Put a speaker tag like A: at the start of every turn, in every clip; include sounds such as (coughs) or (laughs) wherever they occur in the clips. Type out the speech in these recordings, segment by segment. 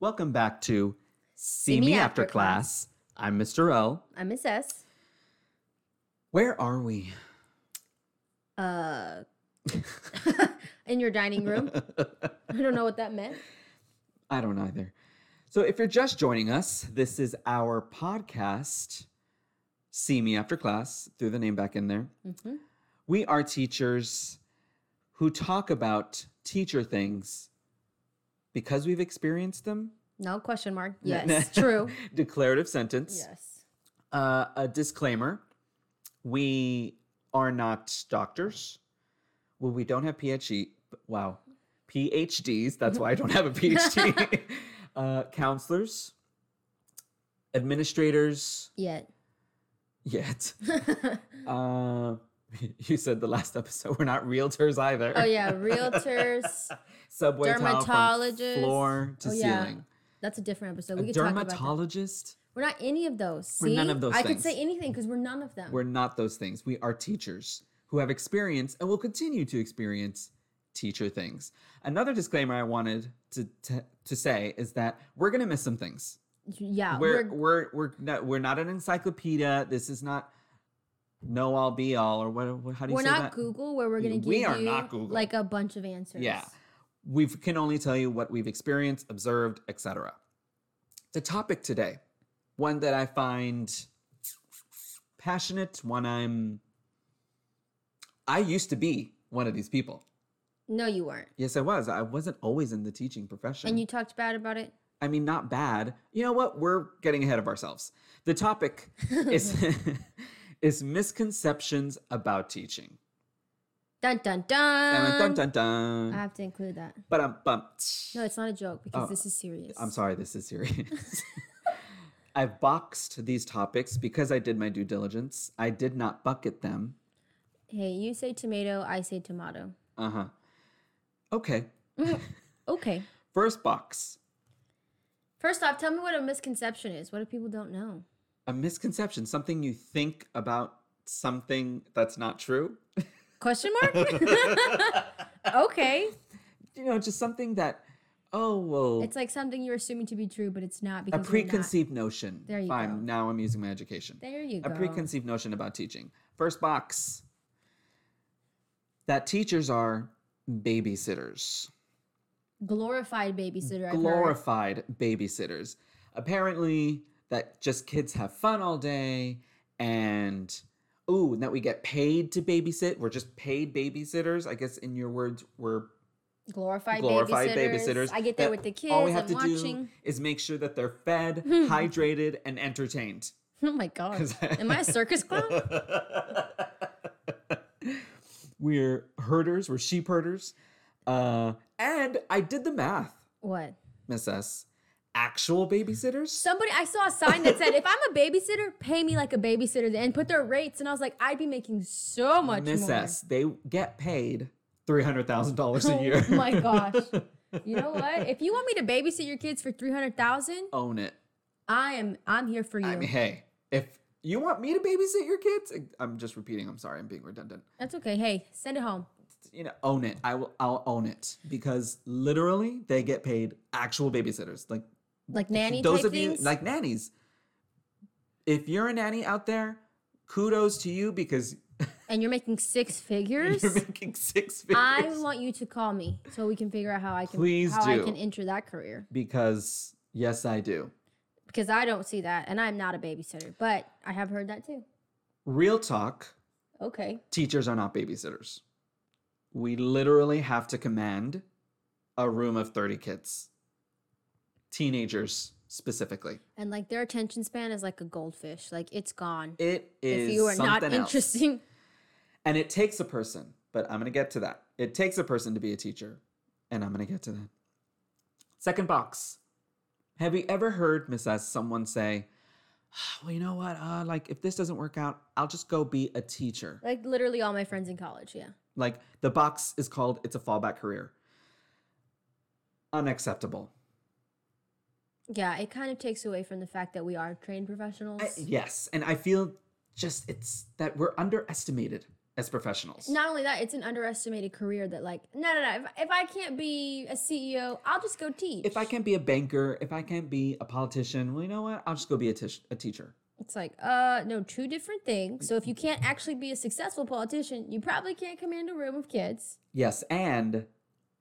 A: Welcome back to See, Me After class. I'm Mr. O.
B: I'm Miss S.
A: Where are we?
B: Uh, (laughs) in your dining room.
A: (laughs)
B: I don't know what that meant.
A: I don't either. So, if you're just joining us, this is our podcast, See Me After Class. Threw the name back in there.
B: hmm
A: We are teachers who talk about teacher things because we've experienced them.
B: No question mark.
A: Yeah. (laughs)
B: Yes, true.
A: Declarative sentence.
B: Yes.
A: Uh, a disclaimer we are not doctors. Well, we don't have PhD. Wow. PhDs. That's why I don't have a
B: (laughs)
A: PhD. uh, counselors, administrators,
B: Yet. (laughs)
A: yet. Uh, (laughs) you said the last episode we're not realtors either.
B: oh yeah, realtors.
A: Subway dermatologist.
B: Dermatologists.
A: Floor to
B: Oh, yeah.
A: ceiling.
B: That's a different episode.
A: A
B: We could talk about that.
A: dermatologist.
B: We're not any of those. See?
A: We're none of those
B: I could say
A: things.
B: anything because we're none of them.
A: We're not those things. We are teachers who have experience and will continue to experience teacher things. Another disclaimer I wanted to to, to say is that we're going to miss some things.
B: yeah,
A: we're we're we're not, we're not an encyclopedia. This is not know all be all or what, what how do you
B: we're
A: say
B: not
A: that?
B: Google where we're gonna give
A: We are
B: you
A: not Google.
B: like a bunch of answers.
A: Yeah. We can only tell you what we've experienced, observed, etc. The topic today, one that I find passionate, one I'm I used to be one of these people.
B: No, you weren't.
A: Yes, I was. I wasn't always in the teaching profession.
B: And you talked bad about it.
A: I mean, not bad. You know what? We're getting ahead of ourselves. The
B: (laughs)
A: topic is (laughs) is misconceptions about teaching.
B: Dun dun dun. Um,
A: dun dun dun.
B: I have to include that.
A: but I'm bumped.
B: No, it's not a joke because
A: Oh,
B: this is serious.
A: I'm sorry, this is
B: (laughs)
A: serious. (laughs) I've boxed these topics because I did my due diligence. I did not bucket them.
B: Hey, you say tomato, I say tomato.
A: Uh huh. Okay.
B: Okay.
A: First box
B: First off, tell me what a misconception is. What if people don't know?
A: a misconception, something you think about something that's not true.
B: Question
A: (laughs)
B: (laughs) mark? okay.
A: You know, just something that, oh, well,
B: It's like something you're assuming to be true, but it's not
A: a
B: because you're not.
A: preconceived notion.
B: There you
A: Fine,
B: go.
A: now I'm using my education.
B: There you
A: a
B: go.
A: preconceived notion about teaching. First box that teachers are babysitters.
B: Glorified babysitter. I've heard.
A: glorified babysitters. Apparently, that just kids have fun all day and ooh, and that we get paid to babysit. We're just paid babysitters. I guess in your words, we're
B: Glorified,
A: glorified
B: babysitters.
A: babysitters.
B: I get there
A: that
B: with the kids.
A: All we have
B: I'm
A: to
B: watching. (laughs) Hmm.
A: do is make sure that they're fed, hydrated, and entertained.
B: Oh my
A: (laughs)
B: God.
A: 'Cause-
B: Am I
A: (laughs)
B: a circus clown?
A: we're herders, we're sheep herders. Uh, and I did the math,
B: what?
A: Miss S. Actual babysitters?
B: Somebody, I saw a sign that said, if I'm a babysitter, pay me like a babysitter and put their rates. And I was like, I'd be making so much
A: Miss
B: more.
A: S, they get paid three hundred thousand dollars a year.
B: (laughs) Oh my gosh. You know what? If you want me to babysit your kids for 300,000,
A: (laughs) Own it.
B: I am I'm here for you.
A: I mean, hey, if you want me to babysit your kids, eh, I'm just repeating. I'm sorry, I'm being redundant.
B: That's okay. Hey, send it home.
A: You know, own it. I will. I'll own it because literally, they get paid actual babysitters, like
B: Like nanny
A: those
B: type
A: of
B: things.
A: you like nannies. If you're a nanny out there, kudos to you because
B: and you're making six
A: (laughs)
B: figures.
A: you're making six figures.
B: I want you to call me so we can figure out how I can
A: Please
B: how
A: do.
B: I can enter that career
A: because yes, I do.
B: because I don't see that and I'm not a babysitter, but I have heard that too.
A: Real talk.
B: Okay.
A: teachers are not babysitters. We literally have to command a room of 30 kids, teenagers specifically.
B: And like their attention span is like a goldfish. Like it's gone.
A: It is
B: if you are not
A: something else.
B: interesting. (laughs)
A: And it takes a person, but I'm going to get to that. It takes a person to be a teacher, and I'm going to get to that. Second box. Have you ever heard, Miss S, someone say, well, you know what? Uh, like, if this doesn't work out, I'll just go be a teacher.
B: Like literally all my friends in college, yeah.
A: Like the box is called It's a Fallback Career. Unacceptable.
B: Yeah, it kind of takes away from the fact that we are trained professionals.
A: I- yes. And I feel just it's that we're underestimated. as professionals.
B: Not only that, it's an underestimated career that like no no no. If, if I can't be a CEO, I'll just go teach.
A: If I can't be a banker, if I can't be a politician, well, you know what? I'll just go be a, tish- a teacher.
B: It's like, uh, no, two different things. So if you can't actually be a successful politician, you probably can't command a room of kids.
A: Yes, and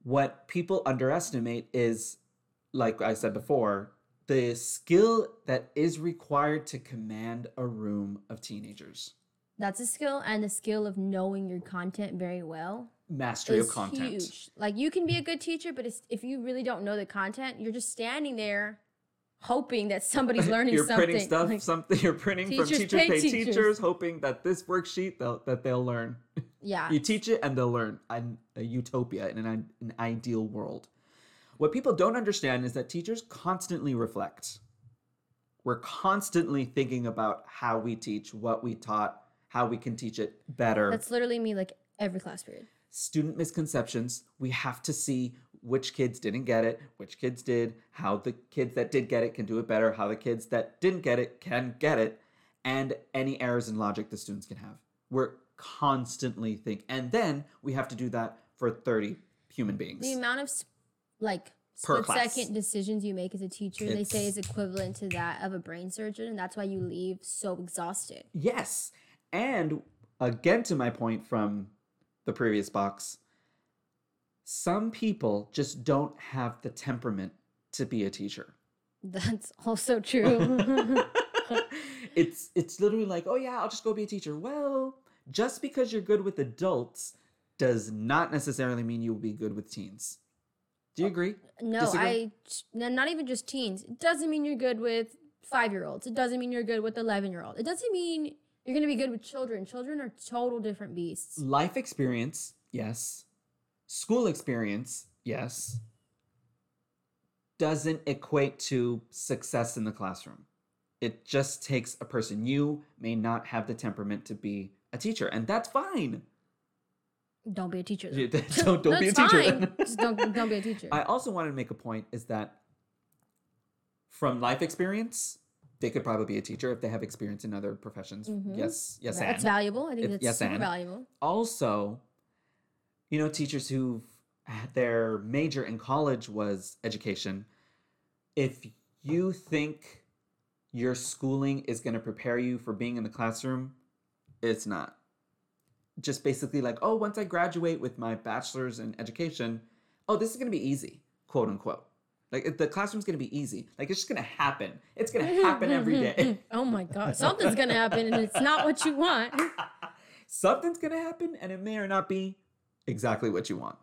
A: what people underestimate is, like I said before, the skill that is required to command a room of teenagers.
B: That's a skill, and the skill of knowing your content very well
A: Mastery of
B: is
A: content.
B: huge. Like you can be a good teacher, but it's, if you really don't know the content, you're just standing there hoping
A: (laughs)
B: that somebody's learning
A: you're
B: something.
A: printing stuff,
B: Like,
A: something you're printing from
B: Teachers
A: teachers pay,
B: pay
A: teachers.
B: teachers.
A: hoping that this worksheet they'll, that they'll learn.
B: yeah,
A: You teach it and they'll learn an, a utopia in an, i- an ideal world. What people don't understand is that teachers constantly reflect. We're constantly thinking about how we teach, what we taught, how we can teach it better.
B: that's literally me. Like every class period.
A: Student misconceptions. We have to see which kids didn't get it, which kids did, how the kids that did get it can do it better, how the kids that didn't get it can get it, and any errors in logic the students can have. We're constantly think, and then we have to do that for 30 human beings.
B: The amount of s- like
A: Per
B: split
A: class.
B: second decisions you make as a teacher, they say
A: It's-
B: is equivalent to that of a brain surgeon, and that's why you leave so exhausted. (laughs)
A: Yes. And again, to my point from the previous box, some people just don't have the temperament to be a teacher.
B: That's
A: (laughs)
B: also true. (laughs)
A: it's it's literally like, oh yeah, I'll just go be a teacher. Well, just because you're good with adults does not necessarily mean you will be good with teens. Do you
B: Oh,
A: agree?
B: no,
A: Disagree?
B: I no, not even just teens. It doesn't mean you're good with five year olds. It doesn't mean you're good with eleven year old. It doesn't mean you're gonna be good with children. Children are total different beasts.
A: Life experience, yes. School experience, yes. Doesn't equate to success in the classroom. It just takes a person. You may not have the temperament to be a teacher, and that's
B: (laughs)
A: fine. (laughs)
B: Don't be a teacher.
A: Mm. Yeah,
B: Though.
A: don't don't be a
B: That's
A: teacher. (laughs)
B: fine.
A: then.
B: just don't don't be a teacher.
A: I also wanted to make a point is that from life experience, they could probably be a teacher if they have experience in other professions.
B: Mhm.
A: Yes, yes, and
B: that's valuable. I think
A: It-
B: that's
A: yes,
B: super
A: and.
B: valuable.
A: also, you know, teachers who their major in college was education. If you think your schooling is going to prepare you for being in the classroom, it's not. Just basically like, oh, once I graduate with my bachelor's in education, oh, this is going to be easy, quote unquote. Like it- the classroom's going to be easy. Like it's just going to happen. It's going to happen every day.
B: Mm-hmm, (laughs)
A: (laughs)
B: oh my god, something's gonna happen, and it's not what you want.
A: Something's going to happen, and it may or not be exactly what you want.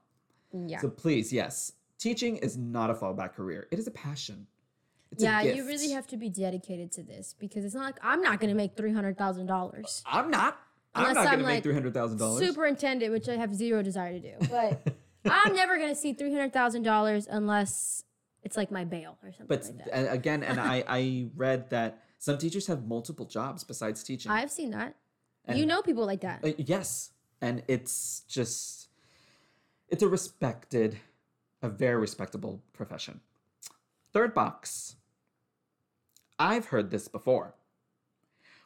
B: Yeah,
A: So please, yes, teaching is not a fallback career. It is a passion. It's a
B: yeah, you
A: gift.
B: really have to be dedicated to this because it's not like I'm not gonna make three hundred thousand dollars.
A: I'm not. I'm
B: Unless
A: not
B: I'm,
A: going to make
B: like,
A: three hundred thousand dollars.
B: Superintendent, which I have zero desire to do,
A: (laughs)
B: but I'm never gonna see three hundred thousand dollars unless it's like my bail or something
A: But
B: like that.
A: a- again, and I I read that some teachers have multiple jobs besides
B: (laughs)
A: teaching.
B: I've seen that.
A: And-
B: you know people like that.
A: Uh, yes, and it's just it's a respected, a very respectable profession. Third box. I've heard this before.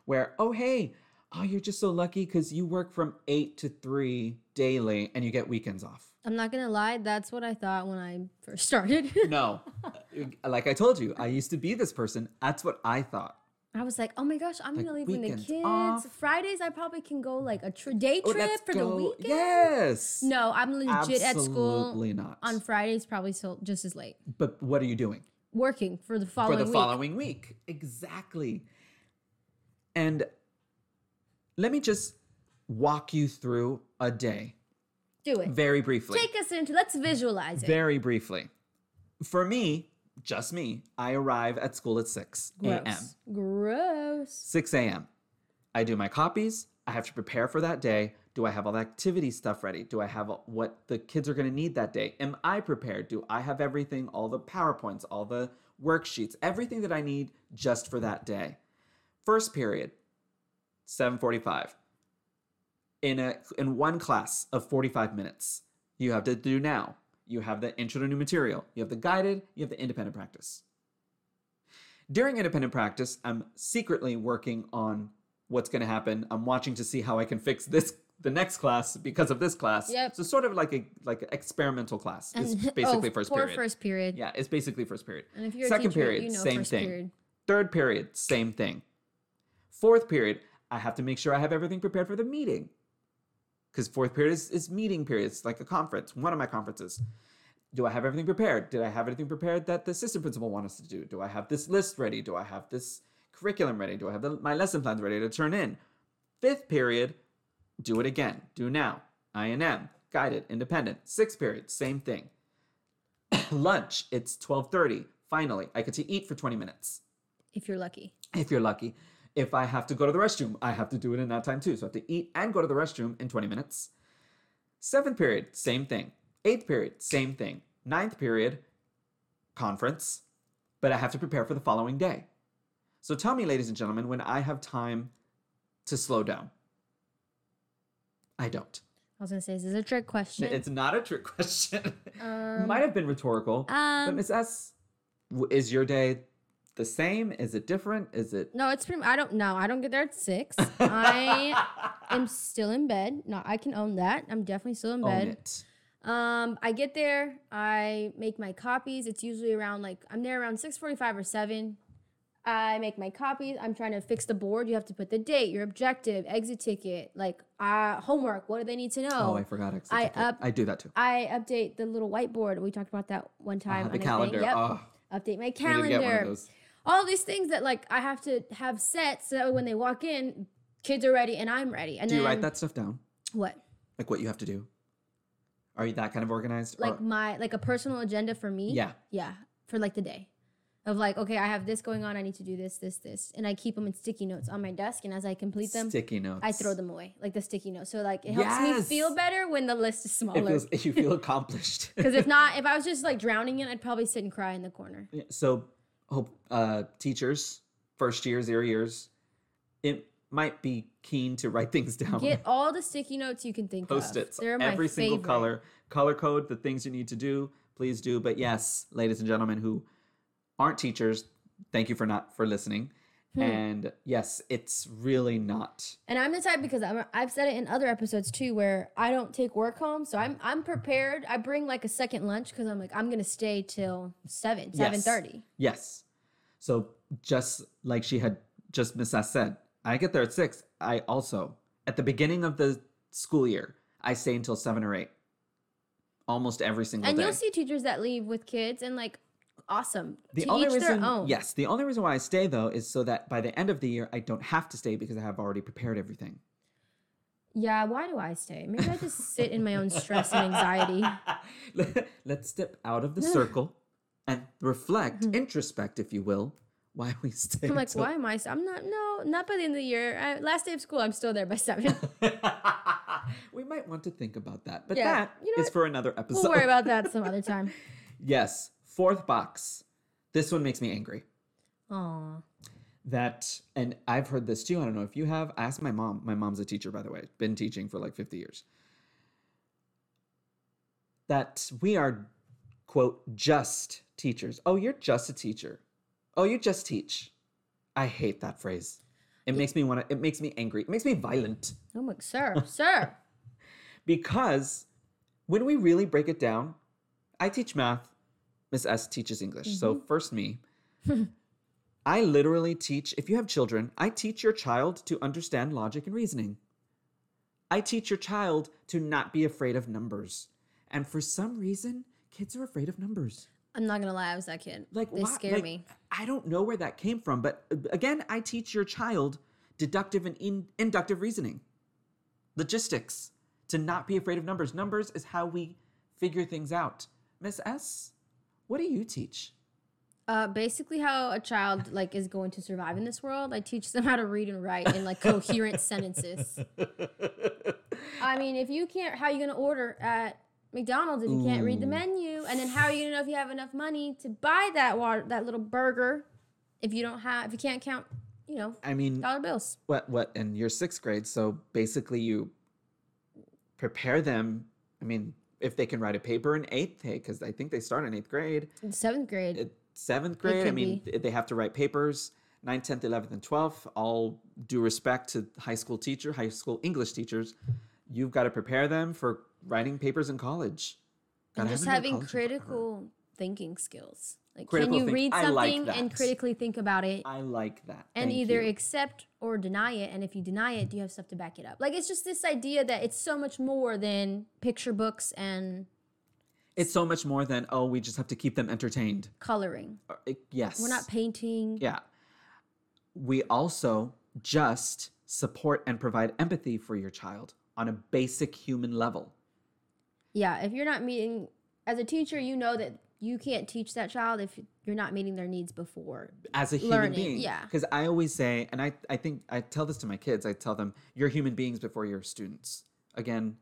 A: Where, oh hey, oh you're just so lucky because you work from eight to three daily and you get weekends off.
B: I'm not gonna lie, that's what I thought when I first started. (laughs)
A: No. (laughs) uh, like I told you, I used to be this person. That's what I thought.
B: I was like, oh my gosh, I'm
A: Like,
B: gonna leave when the
A: weekends
B: kids.
A: off.
B: Fridays, I probably can go like a tr- day
A: Oh,
B: trip for the weekend.
A: Yes.
B: No, I'm legit
A: Absolutely
B: at school
A: not.
B: on Fridays, probably still just as late.
A: but what are you doing?
B: Working for the following
A: for the
B: week.
A: following week. Exactly. And let me just walk you through a day
B: Do it.
A: very briefly.
B: Take us into. Let's visualize it.
A: very briefly. For me, just me, I arrive at school at 6 a.m.
B: Gross. Gross.
A: 6 a.m. I do my copies. I have to prepare for that day. Do I have all the activity stuff ready? Do I have all- what the kids are going to need that day? Am I prepared? Do I have everything, all the PowerPoints, all the worksheets, everything that I need just for that day? First period, 7:45. In a in one class of 45 minutes, you have to do now. You have the intro to new material. You have the guided, you have the independent practice. During independent practice, I'm secretly working on what's going to happen. I'm watching to see how I can fix this the next class because of this class.
B: Yep.
A: So sort of like a like an experimental class is
B: And- (laughs) oh,
A: basically first
B: poor
A: period.
B: first period.
A: Yeah, it's basically first period.
B: And if you're
A: Second
B: a teacher,
A: period,
B: you know
A: same
B: first
A: thing.
B: period.
A: Third period, same thing. Fourth period, I have to make sure I have everything prepared for the meeting. Because fourth period is, is meeting period. It's like a conference, one of my conferences. Do I have everything prepared? Did I have anything prepared that the assistant principal wants us to do? Do I have this list ready? Do I have this curriculum ready? Do I have the, my lesson plans ready to turn in? Fifth period, do it again. Do now. I and M, guided, independent. Sixth period, same thing. (coughs) Lunch, it's 12:30. Finally, I get to eat for 20 minutes
B: If you're lucky.
A: if you're lucky. If I have to go to the restroom, I have to do it in that time too. So I have to eat and go to the restroom in 20 minutes. Seventh period, same thing. Eighth period, same thing. Ninth period, conference, but I have to prepare for the following day. So tell me, ladies and gentlemen, when I have time to slow down. I don't.
B: I was gonna say, is this a trick question?
A: It's not a trick (laughs) question.
B: um,
A: Might have been rhetorical. but
B: um,
A: Miss S, w- is your day the same? Is it different? Is it
B: no, it's pretty. I don't know. I don't get there
A: (laughs)
B: at six. I am still in bed. No, I can own that. I'm definitely still in
A: Own
B: bed.
A: it.
B: Um, I get there. I make my copies. It's usually around like I'm there around six forty-five or seven. I make my copies. I'm trying to fix the board. You have to put the date, your objective, exit ticket, like uh, homework. What do they need to know?
A: Oh, I forgot. Exit
B: I
A: ticket.
B: up-
A: I do that too.
B: I update the little whiteboard. We talked about that one time.
A: Uh, the
B: on a thing.
A: calendar.
B: Yep.
A: Oh,
B: Update my
A: we need to
B: calendar.
A: get one of those.
B: All these things that like I have to have set so that when they walk in, kids are ready and I'm ready. And
A: Do you
B: then
A: write that stuff down?
B: what?
A: Like what you have to do? Are you that kind of organized? Or-
B: Like my like a personal agenda for me.
A: yeah.
B: Yeah. For like the day. Of like, okay, I have this going on. I need to do this, this, this. And I keep them in sticky notes on my desk. And as I complete them,
A: Sticky notes.
B: I throw them away, like the sticky notes. So like it helps me feel
A: Yes.
B: better when the list is
A: It
B: smaller.
A: feels, (laughs) you
B: (laughs)
A: feel accomplished.
B: Because if not, if I was just like drowning in, it, I'd probably sit and cry in the corner.
A: (laughs) Yeah, so hope uh, teachers, first years, ear years, it might be keen to write things down.
B: Get all the sticky notes you can think of.
A: Post-its,
B: They're my
A: every single
B: favorite.
A: color, color code, the things you need to do. Please do. But yes, ladies and gentlemen who aren't teachers, thank you for not for listening.
B: Hmm.
A: And yes, it's really not.
B: And I'm the type because I'm, I've said it in other episodes too, where I don't take work home, so I'm I'm prepared. I bring like a second lunch because I'm like I'm gonna stay till seven, seven
A: Yes.
B: thirty.
A: Yes. So just like she had just Miss S said, I get there at six. I also at the beginning of the school year, I stay until seven or eight. Almost every single
B: And
A: day.
B: you'll see teachers that leave with kids and like awesome.
A: the
B: to
A: only
B: each
A: reason,
B: their own.
A: yes, the only reason why I stay though is so that by the end of the year, I don't have to stay because I have already prepared everything.
B: Yeah, why do I stay? Maybe I just sit in my own stress
A: (laughs)
B: and anxiety.
A: Let's step out
B: (sighs)
A: of the circle and reflect,
B: Mhm.
A: introspect, if you will, why we stay.
B: I'm like,
A: till-
B: why am I? St- I'm not. No, not by the end of the year. I, last day of school, I'm still there
A: (laughs)
B: by seven.
A: we might want to think about that, but
B: Yeah,
A: that is
B: you know what?
A: for another episode.
B: we'll worry about that some other time.
A: (laughs) yes, fourth box. This one makes me angry.
B: Aw.
A: That, and I've heard this too. I don't know if you have. I asked my mom. My mom's a teacher, by the way, been teaching for like 50 years. That we are, quote, just teachers. Oh, you're just a teacher. Oh, you just teach. I hate that phrase. It makes me want to, it makes me angry. It makes me violent.
B: I'm like, sir, sir.
A: because when we really break it down, I teach math, Miss S teaches English. So first me. I literally teach, if you have children, I teach your child to understand logic and reasoning. I teach your child to not be afraid of numbers. And for some reason, kids are afraid of numbers.
B: I'm not gonna lie, I was that kid.
A: Like
B: they
A: why-
B: scare
A: like,
B: me.
A: I don't know where that came from, but uh, again, I teach your child deductive and in, inductive reasoning, logistics, to not be afraid of numbers. Numbers is how we figure things out. Miss S, what do you teach?
B: Uh, basically, how a child like is going to survive in this world. I teach them how to read and write in like
A: (laughs)
B: coherent sentences. I mean, if you can't, how are you gonna order at McDonald's if you can't read the
A: Ooh.
B: menu? And then how are you gonna know if you have enough money to buy that water, that little burger, if you don't have, if you can't count, you know,
A: I mean,
B: dollar bills?
A: what what? And you're sixth grade, so basically you prepare them. I mean, if they can write a paper in eighth, hey, because I think they start in eighth grade.
B: In seventh grade.
A: at seventh grade. I
B: could
A: mean, th- they have to write papers. 9th, 10th, 11th, and 12th, all due respect to high school teacher, high school English teachers, you've got to prepare them for writing papers in college.
B: and
A: Gotta have
B: just
A: them go to
B: having
A: college forever.
B: critical thinking skills. Like,
A: Critical
B: can you
A: think-
B: read
A: I like
B: something and
A: that.
B: critically think about it
A: I like that.
B: and
A: Thank
B: either
A: you.
B: accept or deny it? And if you deny it, do you have stuff to back it up? Like, it's just this idea that it's so much more than picture books and
A: it's so much more than oh, we just have to keep them entertained.
B: coloring.
A: Uh, it- yes,
B: We're not painting.
A: Yeah. We also just support and provide empathy for your child on a basic human level.
B: Yeah, if you're not meeting as a teacher, you know that you can't teach that child if you're not meeting their needs before.
A: as a human
B: Learning,
A: being.
B: yeah.
A: Because I always say, and I, I think I tell this to my kids, I tell them, you're human beings before you're students. Again,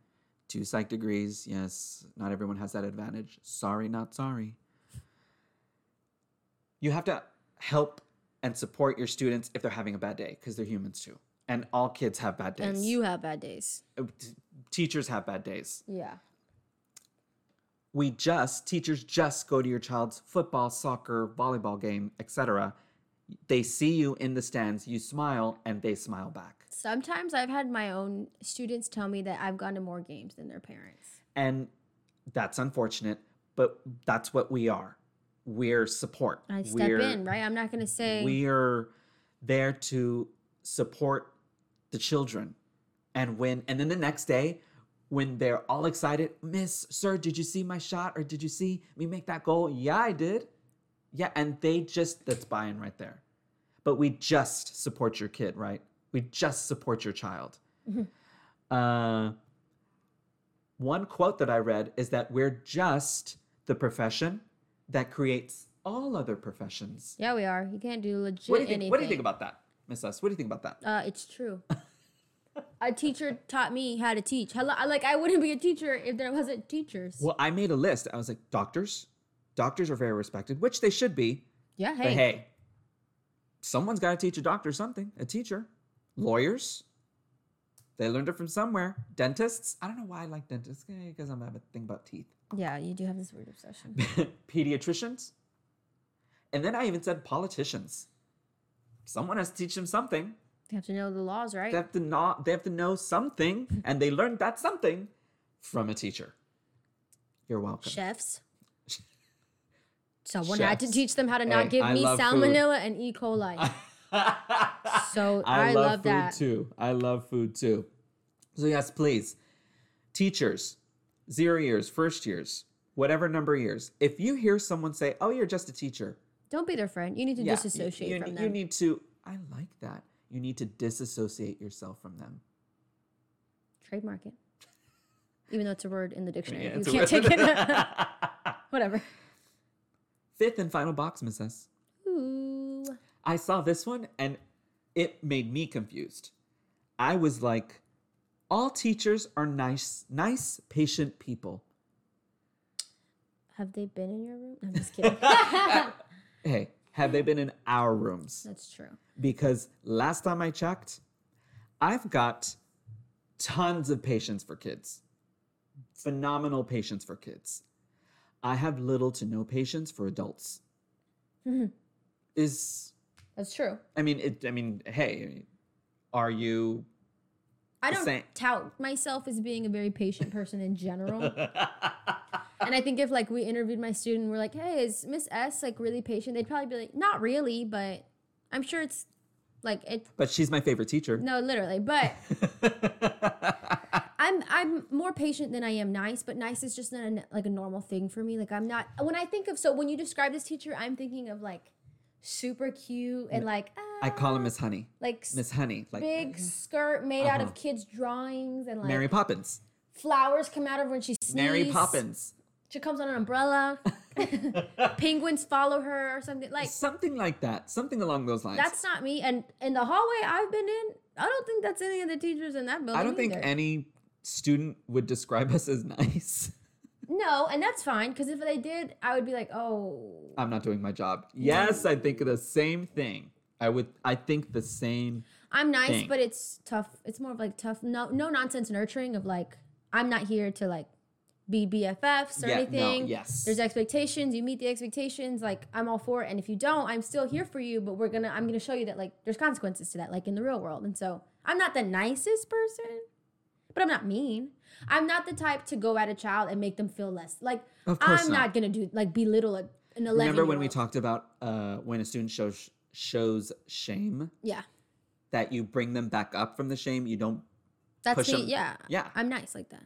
A: two psych degrees. Yes, not everyone has that advantage. Sorry, not sorry. You have to help and support your students if they're having a bad day because they're humans too. And all kids have bad days.
B: And you have bad days.
A: Uh, t- teachers have bad days.
B: Yeah.
A: we just teachers just go to your child's football soccer volleyball game etc they see you in the stands you smile and they smile back
B: Sometimes I've had my own students tell me that I've gone to more games than their parents.
A: and that's unfortunate but that's what we are we're support
B: I step
A: we're,
B: in, right? I'm not going to say
A: we're there to support the children and when and then the next day when they're all excited miss sir did you see my shot or did you see me make that goal yeah i did yeah and they just that's buy-in right there but we just support your kid right we just support your child
B: Mhm.
A: uh, one quote that i read is that we're just the profession that creates all other professions
B: Yeah, we are. You can't do legit
A: what do you think?
B: anything.
A: What do you think about that, Miss S? What do you think about that?
B: Uh, it's true. a teacher taught me how to teach. Hello, I- like I wouldn't be a teacher if there wasn't teachers.
A: Well, I made a list. I was like, doctors, doctors are very respected, which they should be.
B: yeah, hey,
A: But hey, someone's got to teach a doctor something. A teacher, lawyers, they learned it from somewhere. Dentists. I don't know why I like dentists because I'm have a thing about teeth. (laughs)
B: yeah, you do have this weird obsession.
A: Pediatricians, and then I even said politicians. Someone has to teach them something.
B: You have to know the laws, right?
A: They have to not. They have to know something, and they learned that something from a teacher. You're welcome. (laughs)
B: Chefs. Someone had to
A: Chefs.
B: teach them how to not
A: Hey,
B: give
A: I
B: me
A: love food.
B: salmonella and
A: (laughs)
B: E. coli. so I, love,
A: food
B: that.
A: too. I love food too. So yes, please, teachers, zero years, first years, whatever number of years. If you hear someone say, "Oh, you're just a teacher,"
B: Don't be their friend. You need to
A: yeah, you-
B: disassociate
A: you,
B: from
A: ne-
B: them.
A: you need to. I like that. You need to disassociate yourself from them.
B: Trademark it. Even though it's a word in the dictionary,
A: Yeah,
B: you
A: it's a
B: can't
A: word. (laughs)
B: take it. (laughs) Whatever.
A: Fifth and final box, Miss S.
B: Ooh.
A: I saw this one and it made me confused. I was like, all teachers are nice, nice, patient people.
B: Have they been in your room? No, I'm
A: (laughs)
B: just kidding.
A: Hey, have they been in our rooms?
B: That's true.
A: Because last time I checked, I've got tons of patience for kids, phenomenal patience for kids. I have little to no patience for adults.
B: Mhm.
A: Is
B: That's true.
A: I mean, it, I mean, hey, I mean, are you
B: I
A: The
B: don't
A: same-
B: tout myself as being a very patient person
A: (laughs)
B: in general. and I think if like we interviewed my student, we're like, "Hey, is Miss S like really patient?" They'd probably be like, "Not really," but I'm sure it's like it.
A: But she's my favorite teacher.
B: No,
A: (laughs)
B: literally, but I'm I'm more patient than I am nice. But nice is just not a, like a normal thing for me. Like I'm not when I think of so when you describe this teacher, I'm thinking of like super cute and like ah,
A: I call her Miss Honey.
B: like s-
A: Miss Honey, like
B: big skirt made out
A: Uh-huh.
B: of kids' drawings and like
A: Mary Poppins.
B: flowers come out of her when she sneezes.
A: Mary Poppins.
B: She comes on an umbrella.
A: (laughs)
B: Penguins follow her or something. Like
A: Something like that. Something along those lines.
B: that's not me. And in the hallway I've been in, I don't think that's any of the teachers in that building.
A: I don't think
B: either.
A: any student would describe (laughs) us as nice.
B: no, and that's fine because if they did, I would be like, oh,
A: I'm not doing my job. Yes, I think the same thing. I would I think the same
B: I'm nice,
A: Thing.
B: but it's tough. It's more of like tough, no, no nonsense nurturing of like I'm not here to like be BFFs or
A: Yeah, no,
B: anything.
A: yes.
B: There's expectations. You meet the expectations. Like I'm all for it. And if you don't, I'm still here for you. But we're gonna, I'm gonna show you that like there's consequences to that, like in the real world. And so I'm not the nicest person, but but I'm not mean. I'm not the type to go at a child and make them feel less. Like
A: Of course
B: I'm not. gonna do like belittle a, an eleven.
A: Remember when we
B: talked?
A: talked about uh, when a student shows shows shame
B: Yeah,
A: that you bring them back up from the shame. You don't.
B: that's
A: Push
B: me.
A: 'em.
B: Yeah,
A: Yeah.
B: I'm nice like that.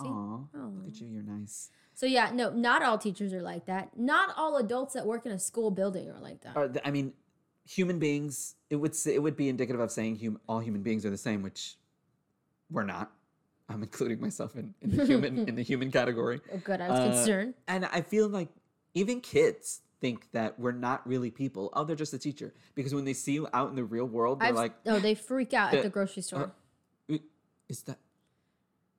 B: See?
A: Aw, look
B: Oh.
A: at you. You're nice.
B: So yeah, no, not all teachers are like that. Not all adults that work in a school building are like that.
A: Or th- I mean, human beings. It would s- it would be indicative of saying hum- all human beings are the same, which we're not. I'm including myself in, in the human in the human category.
B: oh, good, I was
A: uh,
B: concerned.
A: And I feel like even kids think that we're not really people. Oh, they're just a teacher. Because when they see you out in the real world, they're
B: I've,
A: like,
B: oh, they freak out
A: the-
B: at the grocery store.
A: "Uh, is that?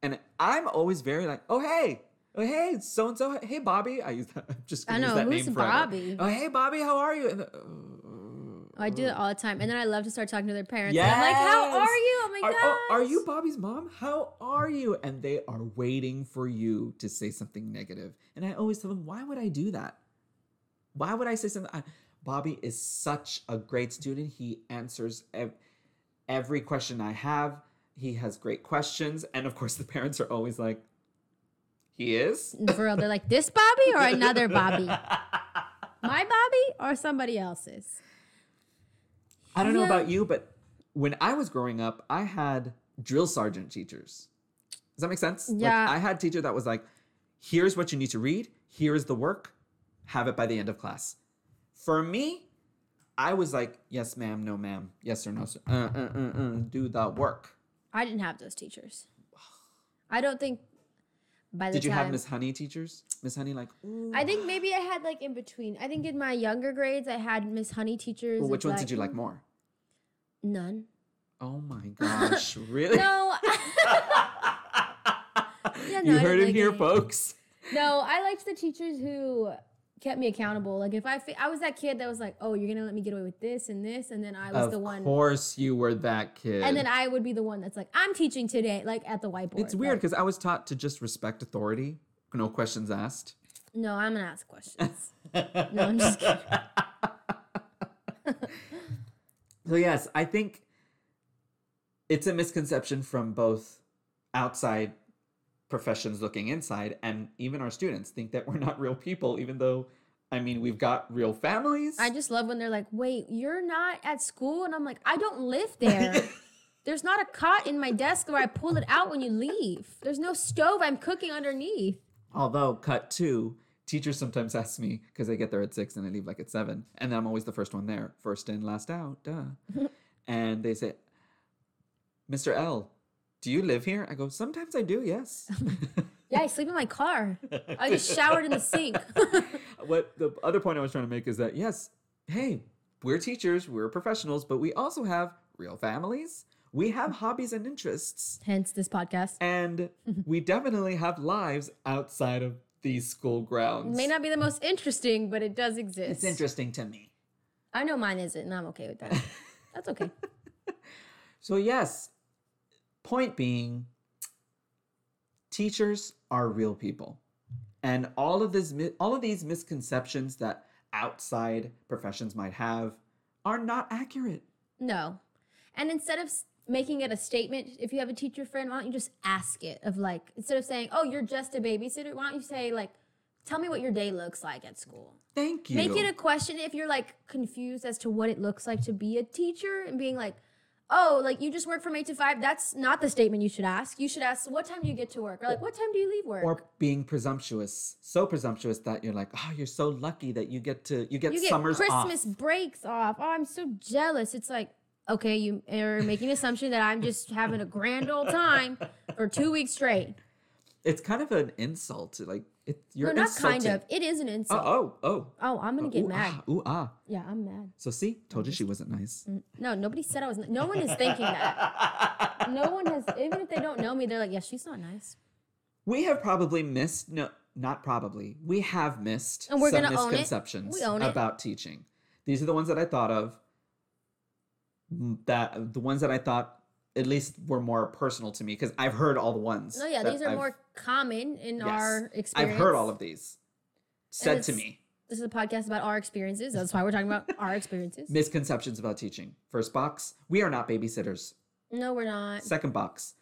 A: And I'm always very like, oh, hey. Oh hey, so and so. Hey Bobby, I use that. (laughs) I'm just
B: I
A: gonna use
B: know,
A: uh, that
B: who's
A: name forever.
B: Bobby?
A: Oh hey Bobby, how are you? And the, "Oh,
B: Oh, I do that all the time, and then I love to start talking to their parents.
A: Yes.
B: And I'm like, "How are you? Oh my
A: Are,
B: god,
A: oh, are you Bobby's mom? How are you? And they are waiting for you to say something negative. And I always tell them, why would I do that? Why would I say something? I, Bobby is such a great student. He answers ev- every question I have. He has great questions. And of course, the parents are always like, he is?
B: And For real, they're like this Bobby
A: (laughs)
B: or another Bobby, my Bobby or somebody else's.
A: I don't know
B: Yeah.
A: about you, but when I was growing up, I had drill sergeant teachers. Does that make sense? Like,
B: Yeah.
A: I had teacher that was like, here's what you need to read, here is the work, have it by the end of class. For me, I was like, yes, ma'am, no, ma'am, yes or no, sir. Uh, uh, uh, uh, do the work.
B: I didn't have those teachers. I don't think. By the
A: Did you
B: time,
A: have Miss Honey teachers? Miss Honey, like, ooh.
B: I think maybe I had like in between. I think in my younger grades, I had Miss Honey teachers.
A: Well,
B: of,
A: which ones did you like more?
B: None.
A: (laughs) Oh my
B: (laughs)
A: gosh, really? (laughs)
B: No. Yeah, no,
A: you
B: I
A: heard
B: didn't
A: it
B: like
A: here,
B: any.
A: folks.
B: No, I liked the teachers who kept me accountable. Like if I, fa- I was that kid that was like, "Oh, you're gonna let me get away with this and this," and then I was
A: of
B: the one,
A: course, you were that kid.
B: and then I would be the one that's like, "I'm teaching today," like at the whiteboard.
A: It's weird
B: Like,
A: because I was taught to just respect authority, no questions asked.
B: no, I'm gonna
A: (laughs)
B: ask questions. no, I'm just kidding.
A: So yes, I think it's a misconception from both outside professions looking inside and even our students think that we're not real people even though I mean we've got real families.
B: I just love when they're like, "Wait, you're not at school," and I'm like, "I don't live
A: (laughs)
B: there." There's not a cot in my desk where I pull it out when you leave. There's no stove I'm cooking underneath.
A: Although cut 2 teachers sometimes ask me cuz I get there at 6 and I leave like at 7 and then I'm always the first one there, first in last out,
B: (laughs)
A: duh. and they say Mr. L, do you live here? I go, "Sometimes I do,
B: (laughs)
A: yes."
B: Yeah, I sleep in my car. I just showered in the sink. (laughs)
A: what the other point I was trying to make is that yes, hey, we're teachers, we're professionals, but we also have real families. We
B: (laughs)
A: have hobbies and interests,
B: Hence this podcast. (laughs)
A: and we definitely have lives outside of these school grounds.
B: May not be the most interesting, but it does exist.
A: it's interesting to me.
B: I know mine isn't, and I'm okay with that. That's okay.
A: So yes, point being, teachers are real people, and all of this, mi- all of these misconceptions that outside professions might have are not accurate.
B: No. And instead of s- making it a statement, if you have a teacher friend, why don't you just ask it? Of like, instead of saying, oh, you're just a babysitter, why don't you say, like, tell me what your day looks like at school?
A: Thank you.
B: Make it a question if you're like confused as to what it looks like to be a teacher and being like, oh, like you just work from eight to five. That's not the statement you should ask. You should ask, what time do you get to work? Or like, what time do you leave work?
A: or being presumptuous so presumptuous that you're like oh you're so lucky that you get to you get,
B: you get
A: summers
B: Christmas
A: off
B: breaks off. Oh, I'm so jealous. It's like, okay, you are making an assumption that I'm just having a grand old time for two weeks straight.
A: it's kind of an insult like it, you're
B: no, not
A: insulting.
B: kind of. It is an insult. Oh,
A: oh oh oh
B: I'm gonna get
A: ooh,
B: mad.
A: ah, ooh ah
B: Yeah, I'm mad.
A: so see told you she wasn't nice
B: No, nobody said I was. n- No one is thinking that.
A: (laughs)
B: No one has. Even if they don't know me, they're like, yeah, she's not nice,
A: we have probably missed no not probably we have missed
B: And we're
A: some
B: gonna own it.
A: misconceptions
B: We own it.
A: about teaching these are the ones that i thought of m- that the ones that i thought at least were more personal to me because i've heard all the ones
B: No, yeah,
A: that
B: these are
A: I've-
B: more common in
A: Yes.
B: our experience.
A: I've heard all of these said to
B: it's-
A: me.
B: This is a podcast about our experiences. That's why we're talking about
A: (laughs)
B: our experiences.
A: Misconceptions about teaching. First box, we are not babysitters.
B: No, we're not.
A: Second box,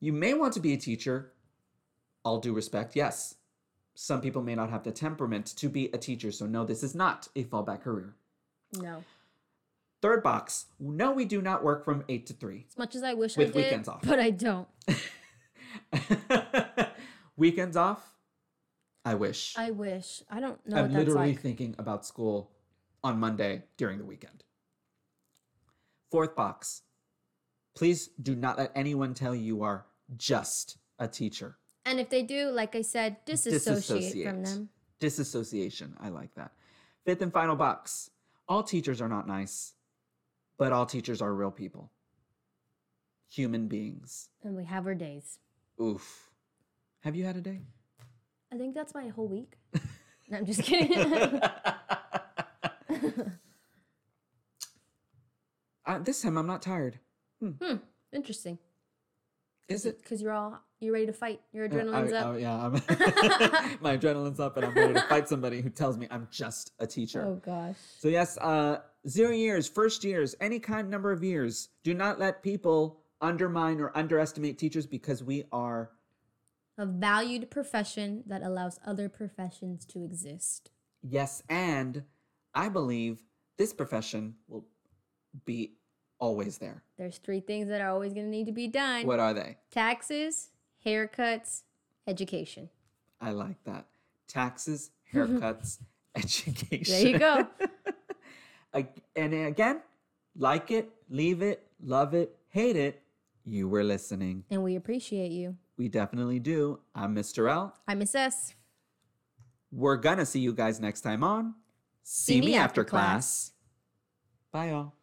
A: You may want to be a teacher. All due respect, yes. Some people may not have the temperament to be a teacher, so no, this is not a fallback career.
B: No.
A: Third box, no, we do not work from 8 to 3.
B: As much as I wish I
A: With
B: did,
A: weekends off.
B: but I don't.
A: (laughs) Weekends off? I wish.
B: I wish. I don't know
A: I'm
B: what that's
A: literally
B: like.
A: thinking about school on Monday during the weekend. Fourth box, please do not let anyone tell you you are just a teacher.
B: And if they do, like I said, disassociate from
A: Disassociate.
B: them.
A: Disassociation. I like that. Fifth and final box. All teachers are not nice, but all teachers are real people. Human beings.
B: And we have our days.
A: Oof. Have you had a
B: (laughs)
A: day?
B: I think that's my
A: (laughs)
B: whole week. no, I'm just kidding. (laughs)
A: Uh, this time I'm not tired.
B: Interesting.
A: Is it?
B: Because you're all you're ready to fight. Your
A: Yeah,
B: adrenaline's
A: I-
B: up.
A: I- yeah, I'm (laughs)
B: (laughs)
A: my adrenaline's up, and I'm ready to fight somebody who tells me I'm just a teacher.
B: Oh gosh.
A: So yes, uh, zero years, first years, any kind number of years. Do not let people undermine or underestimate teachers because we are
B: A valued profession that allows other professions to exist.
A: yes, and I believe this profession will be always there.
B: There's three things that are always gonna need to be done.
A: What are they?
B: Taxes, haircuts, education.
A: I like that.
B: (laughs)
A: Taxes, haircuts, education.
B: There you go.
A: (laughs) Ag- and again, like it, leave it, love it, hate it. You were listening.
B: and we appreciate you.
A: We definitely do. I'm Mr. L.
B: I miss us.
A: We're gonna see you guys next time on
B: See Me After Class.
A: Bye, all.